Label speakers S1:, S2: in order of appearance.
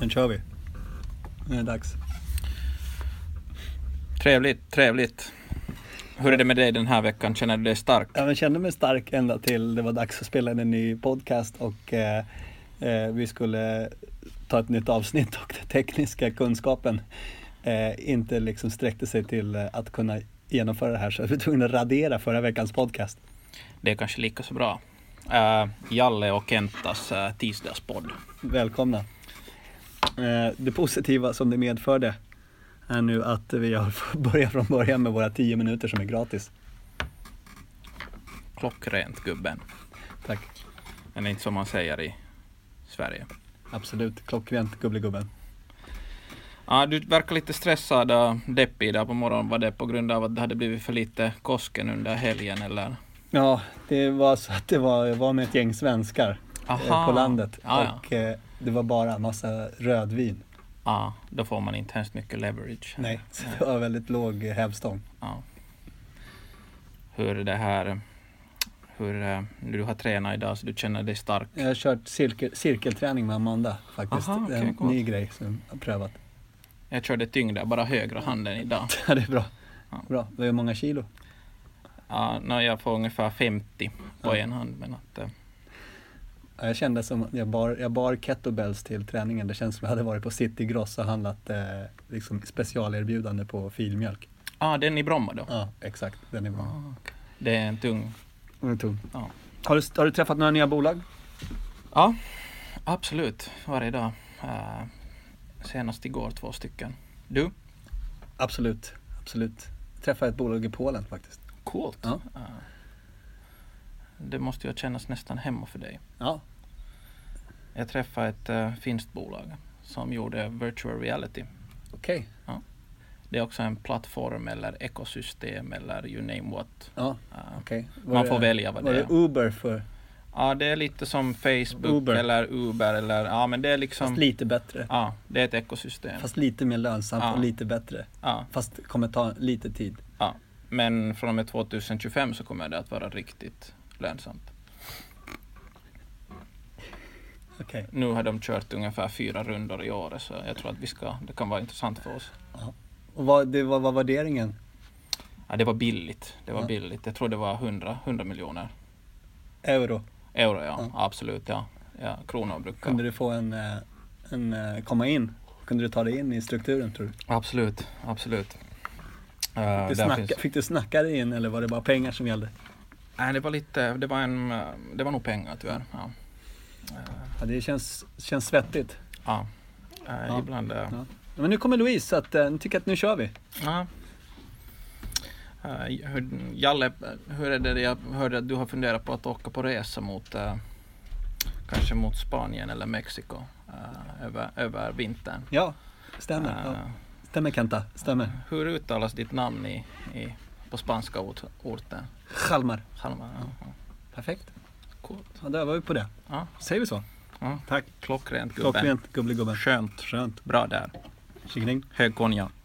S1: Den kör vi. Nu är det dags.
S2: Trevligt, trevligt. Hur är det med dig den här veckan? Känner du dig stark?
S1: Jag kände mig stark ända till det var dags att spela in en ny podcast och eh, eh, vi skulle ta ett nytt avsnitt och den tekniska kunskapen eh, inte liksom sträckte sig till eh, att kunna genomföra det här så vi var tvungna att radera förra veckans podcast.
S2: Det är kanske lika så bra. Eh, Jalle och Kentas eh, tisdagspodd.
S1: Välkomna! Eh, det positiva som det medförde är nu att vi har fått börja från början med våra 10 minuter som är gratis.
S2: Klockrent gubben.
S1: Tack!
S2: Eller inte som man säger i Sverige.
S1: Absolut, klockrent Gubblegubben.
S2: Ja, du verkar lite stressad och deppig idag på morgonen. Var det på grund av att det hade blivit för lite Kosken under helgen eller?
S1: Ja, det var så att det var, jag var med ett gäng svenskar eh,
S2: Aha.
S1: på landet
S2: Ja, ja.
S1: och eh, det var bara massa rödvin.
S2: Ja, då får man inte hemskt mycket leverage.
S1: Nej, så det var väldigt låg eh, hävstång.
S2: Ja. Hur det här... Hur eh, du har tränat idag så du känner dig stark.
S1: Jag har kört cirkel, cirkelträning med Amanda faktiskt.
S2: Aha, okej,
S1: en
S2: coolt.
S1: ny grej som jag har prövat.
S2: Jag körde tyngder, bara högra handen idag.
S1: Ja, det är bra.
S2: Ja.
S1: Bra. Det är många kilo.
S2: Ja, nå, jag får ungefär 50 på
S1: Ja.
S2: en hand. Men att, eh,
S1: Ja, Jag kände som att jag bar, jag bar kettlebells till träningen. Det känns som att jag hade varit på City Gross och handlat eh, liksom specialerbjudande på filmjölk.
S2: ah, den i Bromma då?
S1: Ja, exakt. Den är bra.
S2: Ah, okej. Det är en tung...
S1: Den är tung.
S2: Ja.
S1: Har, du, har du träffat några nya bolag?
S2: Ja, absolut. Varje dag. Eh, senast igår två stycken. Du?
S1: Absolut, absolut. Jag träffade ett bolag i Polen faktiskt.
S2: Coolt.
S1: Ja.
S2: Eh, det måste ju kännas nästan hemma för dig.
S1: Ja,
S2: Jag träffade ett eh, finskt bolag som gjorde virtual reality.
S1: okej.
S2: Det är också en plattform eller ekosystem eller you name what.
S1: Ja,
S2: Eh,
S1: okej. Var
S2: man
S1: det-
S2: får välja vad
S1: Var
S2: det
S1: det
S2: är.
S1: Uber för,
S2: Ja, det är lite som Facebook
S1: Uber.
S2: eller Uber eller ja, men det är
S1: fast
S2: liksom.
S1: lite bättre?
S2: Ja, det är ett ekosystem.
S1: Fast lite mer lönsamt
S2: Ja.
S1: och lite bättre.
S2: Ja,
S1: Fast kommer ta lite tid.
S2: men från och med 2025 så kommer det att vara riktigt lönsamt.
S1: Okej.
S2: Nu har de kört ungefär fyra rundor i år så jag tror att vi ska, det kan vara intressant för oss.
S1: Och vad, det, vad var värderingen?
S2: Ja, det var billigt. Det var
S1: Ja.
S2: billigt. Jag tror det var 100, 100 miljoner
S1: Euro.
S2: euro. Ja,
S1: Ja.
S2: absolut. Ja. Ja, kronor brukar.
S1: Kunde du få en, eh, en eh, komma in? Kunde du ta dig in i strukturen tror du?
S2: Absolut, absolut. Eh,
S1: du
S2: där
S1: snacka,
S2: finns-
S1: Fick du snacka dig in eller var det bara pengar som gällde?
S2: Nej, det var lite, det var en, eh, det var nog pengar tyvärr. Ja.
S1: Ja, det känns, känns svettigt.
S2: Ja. Eh,
S1: Ja.
S2: Ibland. eh,
S1: Ja. Men nu kommer Louise så att, eh, nu tycker jag att nu kör vi.
S2: Ja. Eh, hur, Jalle, hur är det jag hörde att du har funderat på att åka på resa mot eh, kanske mot Spanien eller Mexiko eh, över, över vintern?
S1: Ja, stämmer.
S2: Eh,
S1: Ja. Stämmer Kenta, stämmer.
S2: Hur uttalas ditt namn i, i, på spanska ort, orten?
S1: Chalmar.
S2: Halma, ja, ja.
S1: Perfekt.
S2: Coolt.
S1: Ja, där var vi på det.
S2: Ja,
S1: Säger vi så?
S2: ja.
S1: Tack.
S2: Klockrent gubben.
S1: Klockrent, Gubblegubben.
S2: Skönt.
S1: Skönt.
S2: Bra där.
S1: Tjingeling.
S2: Hög konjak.